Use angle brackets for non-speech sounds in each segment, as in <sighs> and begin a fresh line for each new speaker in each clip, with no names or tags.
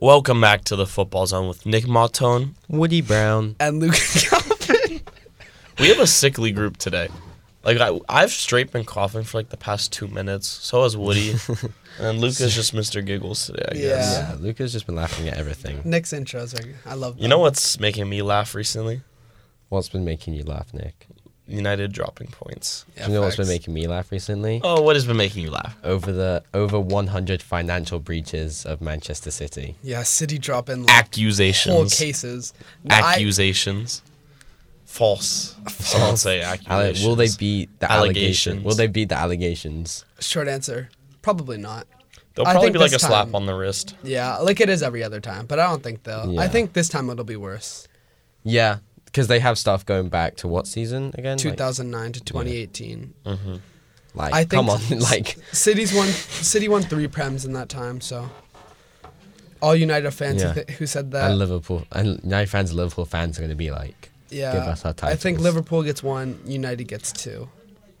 Welcome back to the Football Zone with Nick Martone.
Woody Brown.
And Luke <laughs> Calvin.
We have a sickly group today. Like I, I've straight been coughing for like the past two minutes. So has
<laughs>
Woody, and then Luca's just Mr. Giggles today. I guess.
Yeah.
Yeah, Luca's just been laughing at everything.
Nick's intros are. I love. Them.
You know what's making me laugh recently?
What's been making you laugh, Nick?
United dropping points.
Yeah,
you know what's been
facts.
making me laugh recently?
Oh, what has been making you laugh?
Over the over 100 financial breaches of Manchester City.
Yeah, City dropping like whole
Accusations.
cases. I-
accusations. False. Some would say
Ale-
accusations.
will they beat
Allegations.
the allegations? Will they beat the allegations?
short answer, probably not.
They'll
I
probably
think
be like a
this
slap
time-
on the wrist.
Yeah, like it is every other time, but I don't think they'll. I
Yeah.
think this time it'll be worse.
Yeah, because they have stuff going back to what season again? Like-
2009 to 2018.
Like,
I think
come on, <laughs> like
City's won City won 3 prems in that time, so all United fans who
Yeah.
th- who said that.
and Liverpool and United fans, Liverpool fans are going to be like,
yeah.
give us our
I think
titles.
Liverpool gets 1, United gets 2.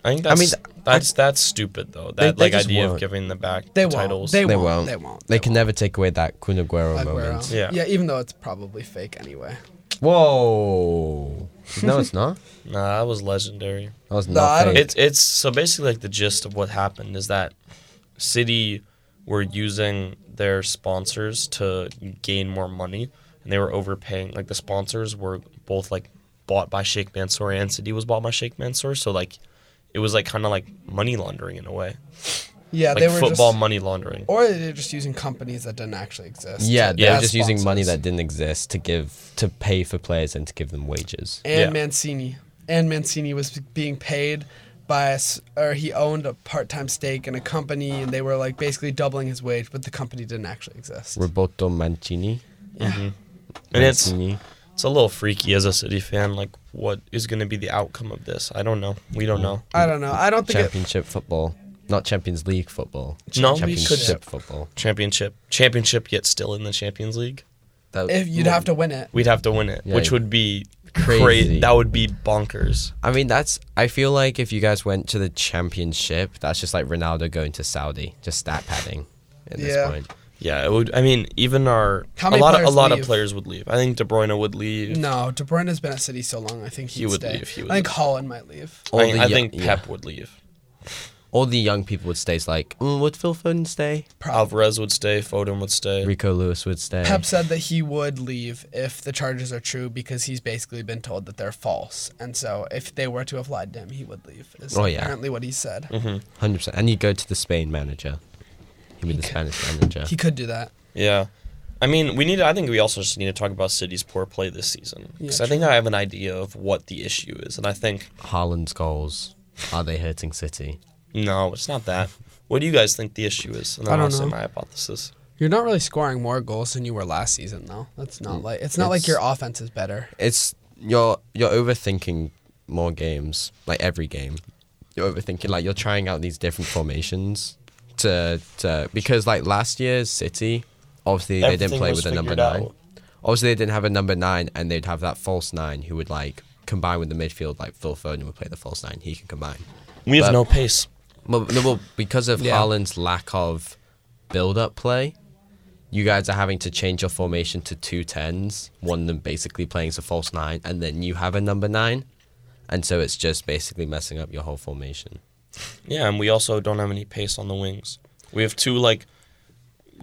I think that's
mean,
that's that's stupid though. That
they
like
just
idea of
won't.
giving the back
They won't.
titles.
They
they
won't,
won't.
they won't,
They
they
can never take away that Kun Aguero, moment.
Aguero.
Yeah.
yeah, even though it's probably fake anyway.
Whoa! No, it's not.
Nah, that was legendary.
That was
No, I
not.
don't-
fake.
It's it's so basically like the gist of what happened is that City were using their sponsors to gain more money and they were overpaying like the sponsors were both like bought by Sheikh Mansour and City was bought by Sheikh Mansour so like it was like kind of like money laundering in a way
Yeah,
like
they were
football
just Oh.
money laundering
or they're just using companies that didn't actually exist.
Yeah,
to-
they
Yeah.
were just using money
sponsors.
that didn't exist to give to pay for players and to give them wages.
and
Yeah.
Mancini. And Mancini was being paid by us, or he owned a part-time stake in a company, and they were like basically doubling his wage, but the company didn't actually exist.
Roberto Mancini.
yeah.
and it's
Mancini.
it's a little freaky as a City fan like what is going to be the outcome of this I don't know we don't know
I don't know. I don't think. It,
championship football, not Champions League football.
No, we
championship
could-
football.
championship championship yet still in the Champions League
That-
if you'd have to win it,
we'd have to win it,
Yeah,
which
you-
would be crazy.
Crazy.
that would be bonkers.
I mean, that's. I feel like if you guys went to the championship, that's just like Ronaldo going to Saudi, just stat padding. At this
Yeah.
point,
Yeah, it would. I mean, even our
How
a
many
lot of a
players
lot of
leave?
players would leave. I think De Bruyne would leave.
no. De Bruyne has been at City so long. I think he'd
He would
stay.
leave, he would
I think
leave.
Holland might leave.
All
I, mean,
the
I
yo-
think
yeah.
Pep would leave.
all the young people would stay. It's like, mm, would Phil Foden stay?
Probably.
Alvarez would stay. Foden would stay.
Rico Lewis would stay.
Pep said that he would leave if the charges are true because he's basically been told that they're false, and so if they were to have lied to him, he would leave. Is
Oh, yeah.
apparently what he said.
Hundred percent. And you go to the Spain manager. He'd be the Spanish manager.
He could do that.
Yeah, I mean, we need. I think we also just need to talk about City's poor play this season
Yeah,
because I think I have an idea of what the issue is, and I think
Haaland's goals. Are they hurting City?
no, it's not that. What do you guys think the issue is? And then
I don't
I'll say
know.
my hypothesis.
You're not really scoring more goals than you were last season, though. That's not like it's not like
It's-
your offense is better.
It's you're you're overthinking more games, like every game. You're overthinking, like you're trying out these different formations to to because like last year's City, obviously they
Everything
didn't play
was
with a number
figured out.
nine. Obviously they didn't have a number nine, and they'd have that false nine who would like combine with the midfield. Like Phil Foden would play the false nine. He can combine.
We have
But-
no pace.
Well, no, well because of
Yeah.
Haaland's lack of build-up play, you guys are having to change your formation to two tens, one of them basically playing as a false nine, and then you have a number nine, and so it's just basically messing up your whole formation.
Yeah, and we also don't have any pace on the wings. We have two like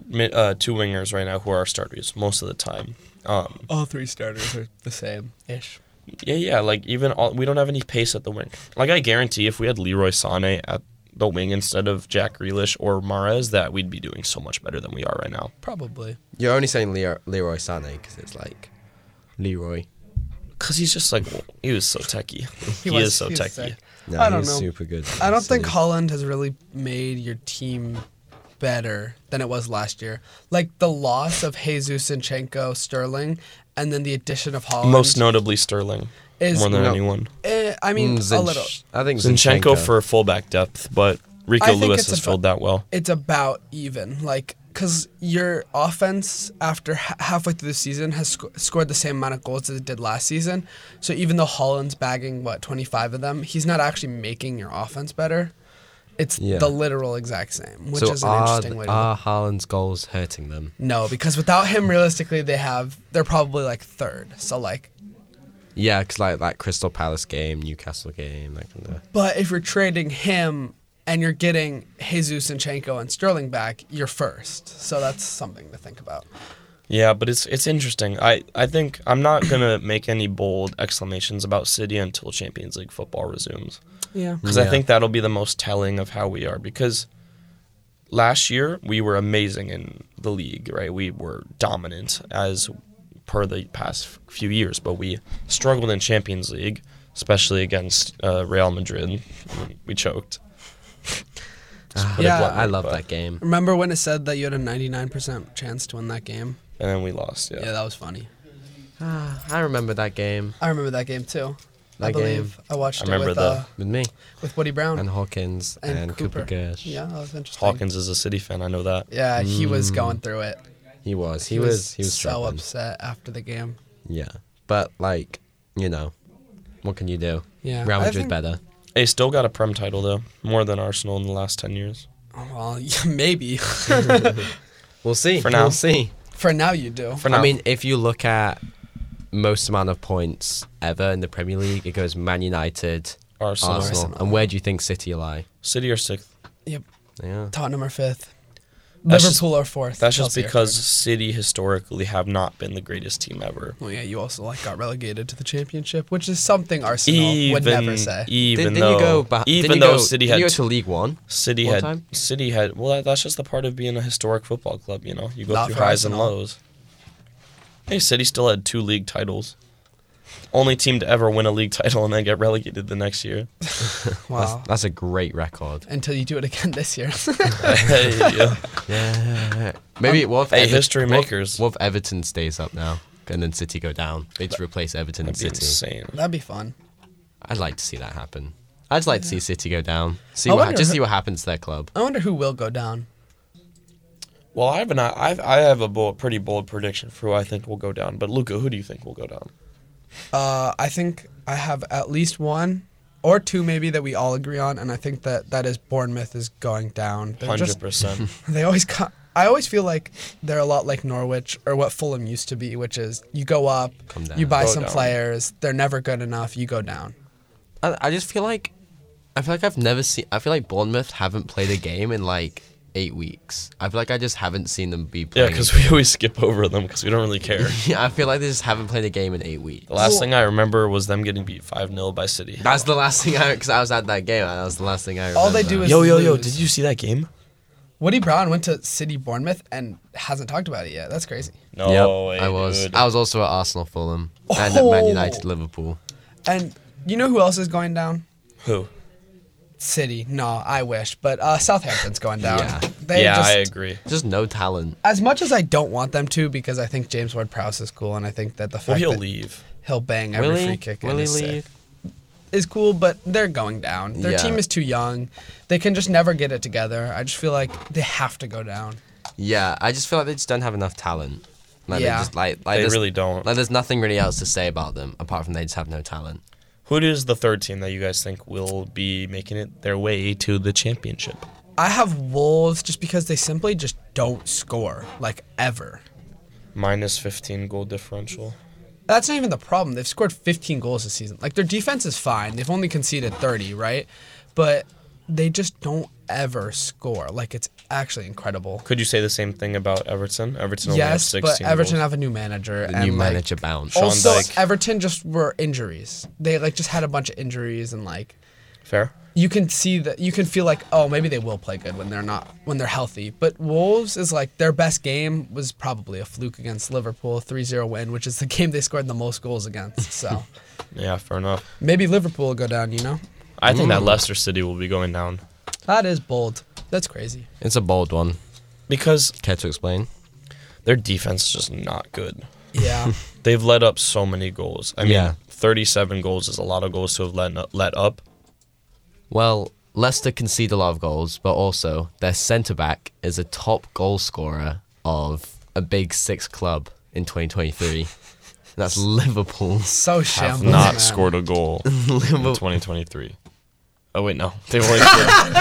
mi- uh, two wingers right now who are our starters most of the time. Um,
All three starters are the same ish.
yeah, yeah, like even all, we don't have any pace at the wing. Like I guarantee, if we had Leroy Sané at the wing instead of Jack Grealish or Mares, that we'd be doing so much better than we are right now.
Probably.
You're only saying Leroy, Leroy Sané because it's like Leroy.
Cause he's just like he was so techie. He,
was-
is so
<laughs> he was
techie.
sick.
No,
I
he
don't
was
know.
super good.
I don't
for
think
City.
Holland has really made your team better than it was last year. Like the loss of Jesus, Sinchenko, Sterling, and then the addition of Holland.
Most notably Sterling,
Is-
more than
No.
anyone.
Eh, I mean,
Mm, Zinch-
a little.
I think
Zinchenko, for fullback depth, but Rico
I think
Lewis
it's
has
a-
filled that well.
it's about even like because your offense after ha- halfway through the season has sc- scored the same amount of goals as it did last season so even though holland's bagging what 25 of them he's not actually making your offense better It's
Yeah.
the literal exact same, which
so
is an
are,
interesting way to
are Haaland's goals hurting them?
No, because without him, realistically, they have they're probably like third. So like,
Yeah, because like that Crystal Palace game, Newcastle game, that kind of.
but if you're trading him and you're getting Jesus Sinchenko and Sterling back, you're first. So that's something to think about.
Yeah, but it's it's interesting. I, I think I'm not gonna make any bold exclamations about City until Champions League football resumes.
Yeah.
because I
Yeah.
think that'll be the most telling of how we are. Because last year we were amazing in the league, right? We were dominant as per the past few years, but we struggled in Champions League, especially against uh, Real Madrid. We choked. Put it
Yeah.
bluntly,
I love
but-
that game.
Remember when it said that you had a 99% chance to win that game?
And then we lost. Yeah.
Yeah, that was funny.
Ah, I remember that game
I remember that game too. I
That
believe I watched
I
it
remember
with
the-
uh,
with me
with Woody Brown
and Hawkins and, Cooper. Gersh.
Yeah, that was interesting.
Hawkins is a City fan. I know that.
Yeah, he was going through it.
He was. Mm. He, was, He was
so
struggling.
upset after the game.
Yeah, but like you know, what can you do?
Yeah,
Real
I
Madrid
think-
better.
They still got a Prem title though, more than Arsenal in the last ten years.
Oh, Well, <laughs> yeah, maybe.
We'll see.
For now.
we'll see.
For now, you do.
For now,
I mean, if you look at most amount of points ever in the Premier League, it goes Man United,
Arsenal,
Arsenal,
Arsenal.
and where do you think City lie?
City are sixth.
Yep.
Yeah.
Tottenham are fifth.
That's just-
Liverpool are fourth.
That's just
Chelsea are
because
third.
City historically have not been the greatest team ever.
Well, yeah, you also like got relegated to the championship, which is something Arsenal would never say.
Even e-
Did, did
though,
you go? Bah-
even
did you
though
go,
City
did
had
you go to League One.
City
one
had
time?
City had well, that, that's just the part of being a historic football club. You know, you go
Not
through
for
highs and
Arsenal.
lows. Hey, City still had two league titles. Only team to ever win a league <laughs> title and then get relegated the next year.
wow.
That's a great record.
Until you do it again <laughs> this year.
hey, yeah.
Yeah. <laughs> Maybe what if
Hey,
Ever-
history
what if-
makers.
What if Everton stays up now and then City go down? They just replace Everton and
That'd be
City.
insane.
That'd be fun.
I'd like to see that happen. I'd like to see City go down. See
I
what
wonder
just
who-
see what happens to their club.
I wonder who will go down.
Well, I have an I've, I have a bold, pretty bold prediction for who I think will go down. But Luca, who do you think will go down?
Uh, I think I have at least one or two maybe that we all agree on, and I think that that is Bournemouth is going down. They're
Hundred
just
percent.
They always co- I always feel like they're a lot like Norwich or what Fulham used to be, which is you go up,
Come down.
you buy
Go
some
down.
players, they're never good enough, you go down.
I, I just feel like I feel like I've never seen. I feel like Bournemouth haven't played a game in like eight weeks. I feel like I just haven't seen them be
Yeah,
playing.
because we always skip over them because we don't really care.
Yeah, <laughs> I feel like they just haven't played a game in eight weeks.
The last
Well-
thing I remember was them getting beat 5 0 by City.
That's the last thing I because I was at that game. and That was the last thing I. Remember.
All they do is-
Yo, yo, yo,
lose.
did you see that game?
Woody Brown went to City Bournemouth and hasn't talked about it yet. That's crazy.
No
yep, I was. I was also at Arsenal, Fulham, and at Man
Oh.
United, Liverpool.
And you know who else is going down?
Who?
City. No, I wish, but uh, Southampton's going down.
Yeah.
They
yeah,
just,
I agree.
Just no talent.
As much as I don't want them to, because I think James Ward-Prowse is cool, and I think that the
Well,
fact
he'll
that
leave.
he'll bang every
Will
free
he?
kick
Will
in
he
is sick.
leave?
is cool, but they're going down. Their
Yeah.
team is too young. They can just never get it together. I just feel like they have to go down.
Yeah, I just feel like they just don't have enough talent. Like
Yeah.
they just like like
They
there's-
really don't.
Like there's nothing really else to say about them apart from they just have no talent.
Who is the third team that you guys think will be making it their way to the championship?
I have Wolves just because they simply just don't score, like ever.
Minus 15 goal differential.
That's not even the problem. They've scored 15 goals this season. Like their defense is fine. They've only conceded 30, right? But they just don't ever score. Like it's actually incredible.
Could you say the same thing about Everton? Everton only has
yes,
16
but Everton
goals.
have a new manager.
The
and
new
like,
manager bounce.
Sean
Also,
Dyche.
Everton just were injuries. They like just had a bunch of injuries and like
Fair?
you can see that you can feel like oh maybe they will play good when they're not when they're healthy but wolves is like their best game was probably a fluke against liverpool 3-0 win which is the <laughs> game they scored the most goals
<laughs>
against so
Yeah, fair enough.
maybe liverpool will go down you know
I think that
Ooh.
Leicester City will be going down.
that is bold that's crazy
It's a bold one.
Because
Care to explain?
their defense is just not good.
<laughs>
yeah
They've let up so many goals. I mean,
Yeah.
37 goals is a lot of goals to have let, let up.
Well, Leicester concede a lot of goals, but also their centre back is a top goal scorer of a big six club in 2023. <laughs> And that's Liverpool. <laughs>
so
have
shambles
<laughs> not
man.
scored a goal in 2023. Oh wait, no, they were.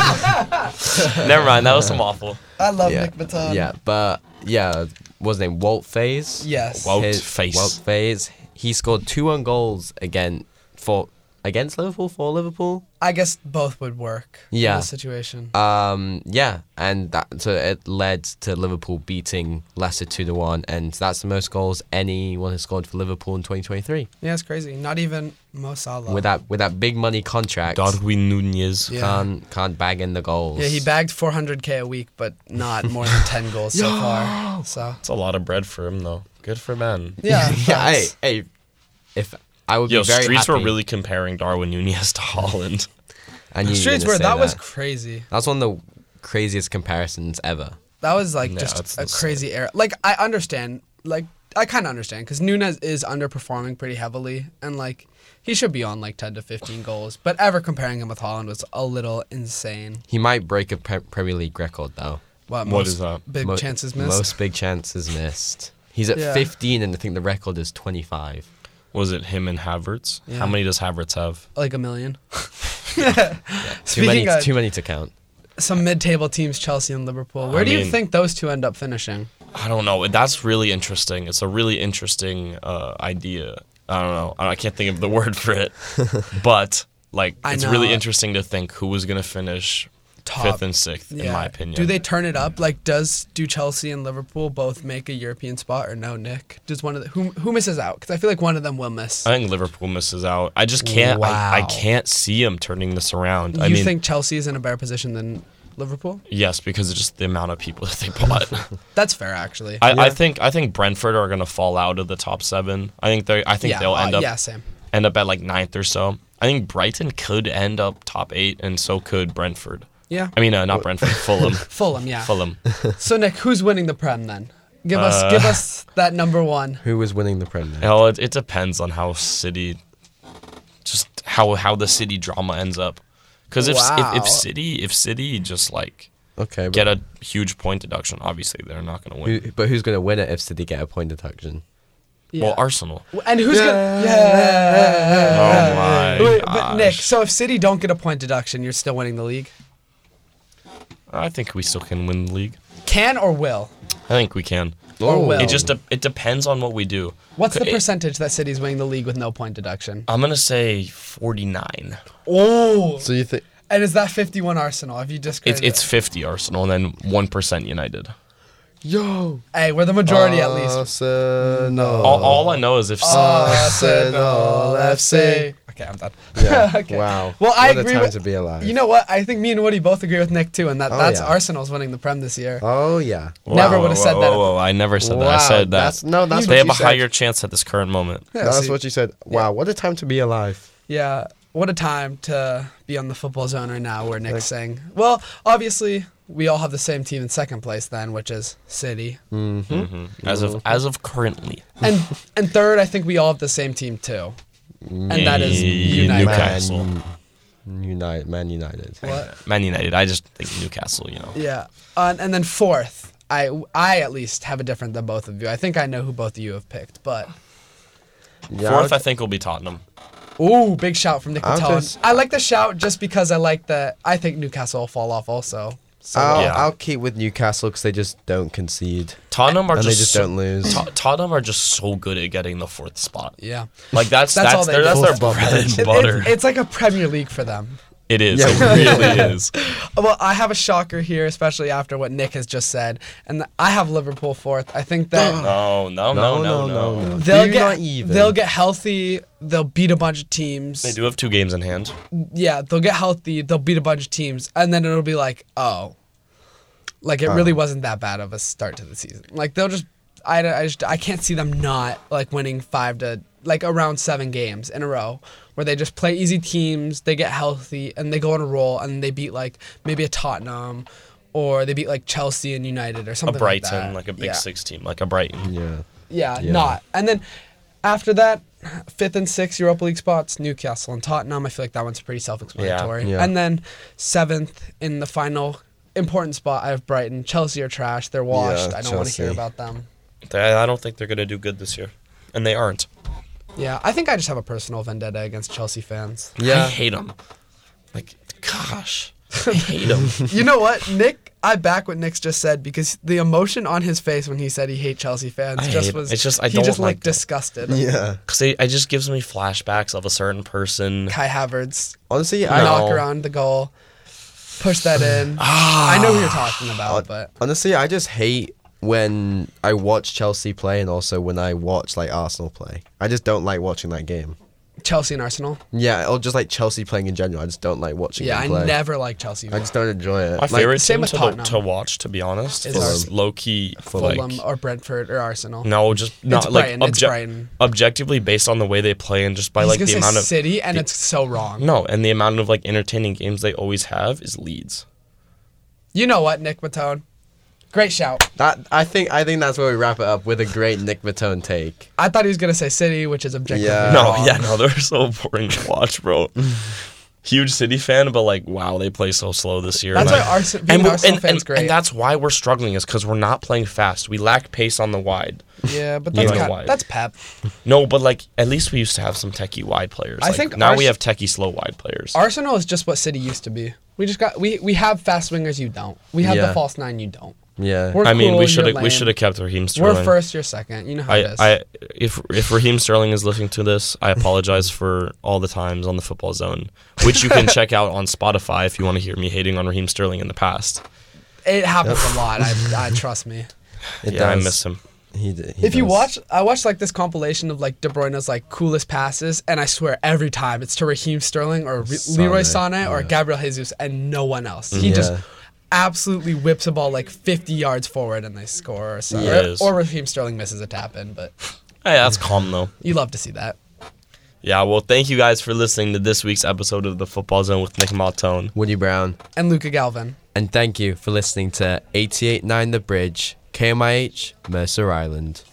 <laughs> Never mind. That was some awful.
I love
yeah,
Nick Baton.
yeah, but yeah, what's his name? Walt Faze.
Yes.
Wow. Walt
His-
Faze.
Walt Faze. He scored two own goals again for against Liverpool for Liverpool.
I guess both would work.
Yeah.
In this situation.
Um, yeah, and that so it led to Liverpool beating Leicester two to one, and that's the most goals anyone has scored for Liverpool in 2023
yeah, it's crazy. Not even Mo Salah.
with that with that big money contract.
Darwin Nunez.
Yeah.
Can't can't bag in the goals.
yeah, he bagged 400k a week, but not more than 10 goals so far. So
That's a lot of bread for him though. Good for man.
<laughs>
yeah,
yeah, hey,
that's-
hey, if I would
Yo,
be very
streets were
happy-
really comparing Darwin Nunez to <laughs> Holland.
and you
Streets
were
were
gonna say
that was
that.
crazy.
that's one of the craziest comparisons ever.
That was like
No, it's
just a
insane.
crazy era. Like I understand, like I kind of understand because Nunez is underperforming pretty heavily, and like he should be on like 10 to 15 goals. But ever comparing him with Holland was a little insane.
He might break a pre- Premier League record though.
What
What, most
is that?
Big
Mo-
chances missed.
Most big chances missed. He's at
Yeah.
15, and I think the record is 25.
Was it him and Havertz?
Yeah.
How many does Havertz have?
like a million. <laughs>
Too many,
Speaking of
too many to count.
some mid-table teams, Chelsea and Liverpool. Where
I
do you
mean-
think those two end up finishing?
I don't know. That's really interesting. It's a really interesting uh, idea. I don't know. I can't think of the <laughs> word for it. but like,
I
it's
know.
really interesting to think who was gonna finish
Top.
fifth and sixth, in my opinion.
Do they turn it up? Like, does do Chelsea and Liverpool both make a European spot or no? Nick, does one of the, who who misses out? Because I feel like one of them will miss.
I think Liverpool misses out. I just can't. I, I
Wow.
can't see him turning this around. I
you
mean,
think Chelsea is in a better position than Liverpool?
yes, because of just the amount of people <laughs> that they
<laughs>
bought.
That's fair, actually.
I, I think. I think Brentford are going to fall out of the top seven. I think they. I think
yeah,
they'll
uh,
end up
Yeah, same.
end up at like ninth or so. I think Brighton could end up top eight, and so could Brentford.
Yeah.
I mean, uh, not Brentford. Fulham.
Fulham, yeah.
Fulham.
<laughs>
Uh,
So Nick, who's winning the Prem then? Give us give us that number one.
Who was winning the Premier?
Hell, it, it depends on how city, just how how the city drama ends up. Because if, if
Wow.
if city if city just like
Okay, but,
get a huge point deduction, obviously they're not going to win.
who, but who's going to win it if City get a point deduction?
Well,
Yeah.
Arsenal.
and who's gonna? Yeah.
oh my.
Wait,
gosh.
but Nick, so if City don't get a point deduction, you're still winning the league.
I think we still can win the league.
Can or will?
I think we can.
Or will.
It just de- it depends on what we do.
What's the
It-
percentage that City's winning the league with no point deduction?
I'm gonna say 49.
Oh,
So you think?
and is that 51 Arsenal? If you discredit
It's it's
it?
50 Arsenal and then one percent United.
Yo,
hey, we're the majority at least. Oh,
Arsenal.
All, all I know is if
Arsenal FC.
Okay, I'm done.
Yeah.
<laughs> Okay.
Wow.
Well, I
What a
agree
time
with-
to be alive.
You know what? I think me and Woody both agree with Nick too, and that
Oh,
that's
yeah.
Arsenal's winning the Prem this year.
Oh yeah.
Never would've said
whoa,
that.
Whoa, whoa, I never said that.
Wow,
I said that.
that's- no, that's
they
what
have
you
a
said.
higher chance at this current moment.
Yeah,
That's
see-
what you said. Wow, what a time to be alive.
Yeah, what a time to be on the football zone right now, where Nick's saying, well, obviously we all have the same team in second place then, which is City,
Mm.
Hmm. As of as of currently,
and and third, I think we all have the same team too, and that is
Yeah,
Mm.
United.
Newcastle.
Man United. Man United.
What?
Man United. I just think Newcastle. You know.
Yeah, uh, and then fourth, I I at least have a different than both of you. I think I know who both of you have picked, but
Yeah,
Fourth,
I'll-
I think will be Tottenham.
ooh, big shout from Nick
I'm
Patton.
just-
I like the shout just because I like that. I think Newcastle will fall off also. So
I'll,
Yeah.
I'll keep with Newcastle because they just don't concede
Tottenham are
and they
just,
just
so-
don't lose.
To- Tottenham are just so good at getting the fourth spot.
yeah,
Like that's
That's
that's
all they
their, that's
do.
their
Fourth spot.
bread
It- it-
and butter.
it's like a Premier League for them.
it is.
Yeah.
It really is.
Well, I have a shocker here, especially after what Nick has just said, and I have Liverpool fourth. I think that.
<gasps>
No, no, no, no, no.
They'll
Do
get
not even.
they'll get healthy. They'll beat a bunch of teams.
They do have two games in hand.
yeah, they'll get healthy, they'll beat a bunch of teams, and then it'll be like, oh, like it really wasn't that bad of a start to the season. Like they'll just, I, I just, I can't see them not like winning five to like around seven games in a row where they just play easy teams, they get healthy, and they go on a roll, and they beat like maybe a Tottenham. Or they beat like Chelsea and United or
A
something.
Brighton,
like, that.
like a big
Yeah.
six team, like a Brighton.
Yeah.
Yeah,
Yeah.
not. And then after that, fifth and sixth Europa League spots, Newcastle and Tottenham. I feel like that one's pretty self-explanatory.
Yeah. Yeah.
And then seventh in the final important spot, I have Brighton. Chelsea are trash. They're washed.
Yeah,
I don't want to hear
Chelsea.
about them.
They, I don't think they're gonna do good this year, and they aren't.
Yeah, I think I just have a personal vendetta against Chelsea fans.
I hate them. Like Gosh, I hate him.
<laughs> you know what, Nick? I back what Nick's just said because the emotion on his face when he said he hate Chelsea fans
I
just
hate it.
was.
It's just I
he
don't
just
like
looked
them.
disgusted.
Yeah.
Because it, it just gives me flashbacks of a certain person.
Kai Havertz
Honestly, I
knock around the goal, push
<sighs>
that in.
Ah.
I know who you're talking about, but
Honestly, I just hate when I watch Chelsea play and also when I watch like Arsenal play. I just don't like watching that game.
Chelsea and Arsenal.
Yeah, or just like Chelsea playing in general. I just don't like watching
Yeah,
them
I
play.
never liked Chelsea.
I just don't enjoy it.
My
Like,
favorite
same
team
with
to, lo-
Tottenham.
to watch, to be honest,
Is
is
Fulham.
low key.
Fulham
Like,
or Brentford or Arsenal.
no, just not
Brighton,
like
it's
obje-
Brighton.
objectively based on the way they play and just by
He's
like
gonna
the
say
amount of
City, and it's so wrong.
no and the amount of like entertaining games they always have is Leeds.
You know what, Nick Matone? Great shout.
that I think I think that's where we wrap it up with a great Nick Matone take.
I thought he was gonna say City, which is objectively
Yeah.
No,
wrong.
yeah, no, they're so boring to watch, bro. Huge City fan, but like, wow, they play so slow this year.
That's
like,
why Arse- being an Arsenal
and,
fan's
and-
great.
and that's why we're struggling is because we're not playing fast. We lack pace on the wide.
Yeah, but
You
that's
know
kind
why.
that's Pep.
No, but like at least we used to have some techie wide players.
I
Like,
think
now we
Ars-
have techie slow wide players.
Arsenal is just what City used to be. We just got we we have fast wingers. You don't. We have the
Yeah.
false nine. You don't.
Yeah.
We're
I mean,
cool,
we
you're
should have we
lame.
should have kept Raheem Sterling.
We're first. You're second. You know how it
I,
is.
I if if Raheem Sterling is listening to this, I apologize for all the times on the Football Zone, which you
<laughs>
can check out on Spotify if you want to hear me hating on Raheem Sterling in the past.
it happens a lot. I,
<laughs>
I trust me.
It
yeah, I
does.
miss him.
He, d- he
If you
does.
watch, I watched like this compilation of like De Bruyne's like coolest passes, and I swear every time it's to Raheem Sterling or Re-
Sané,
Leroy Sané or
yeah.
Gabriel Jesus, and no one else. He
Yeah.
just absolutely whips a ball like 50 yards forward, and they score. Or, so,
Yes.
or, or Raheem Sterling misses a tap in, but
Hey, that's calm though.
you love to see that.
Yeah, well, thank you guys for listening to this week's episode of the Football Zone with Nick Maltone.
Woody Brown.
And Luca Galvin.
And thank you for listening to 889 The Bridge, KMIH, Mercer Island.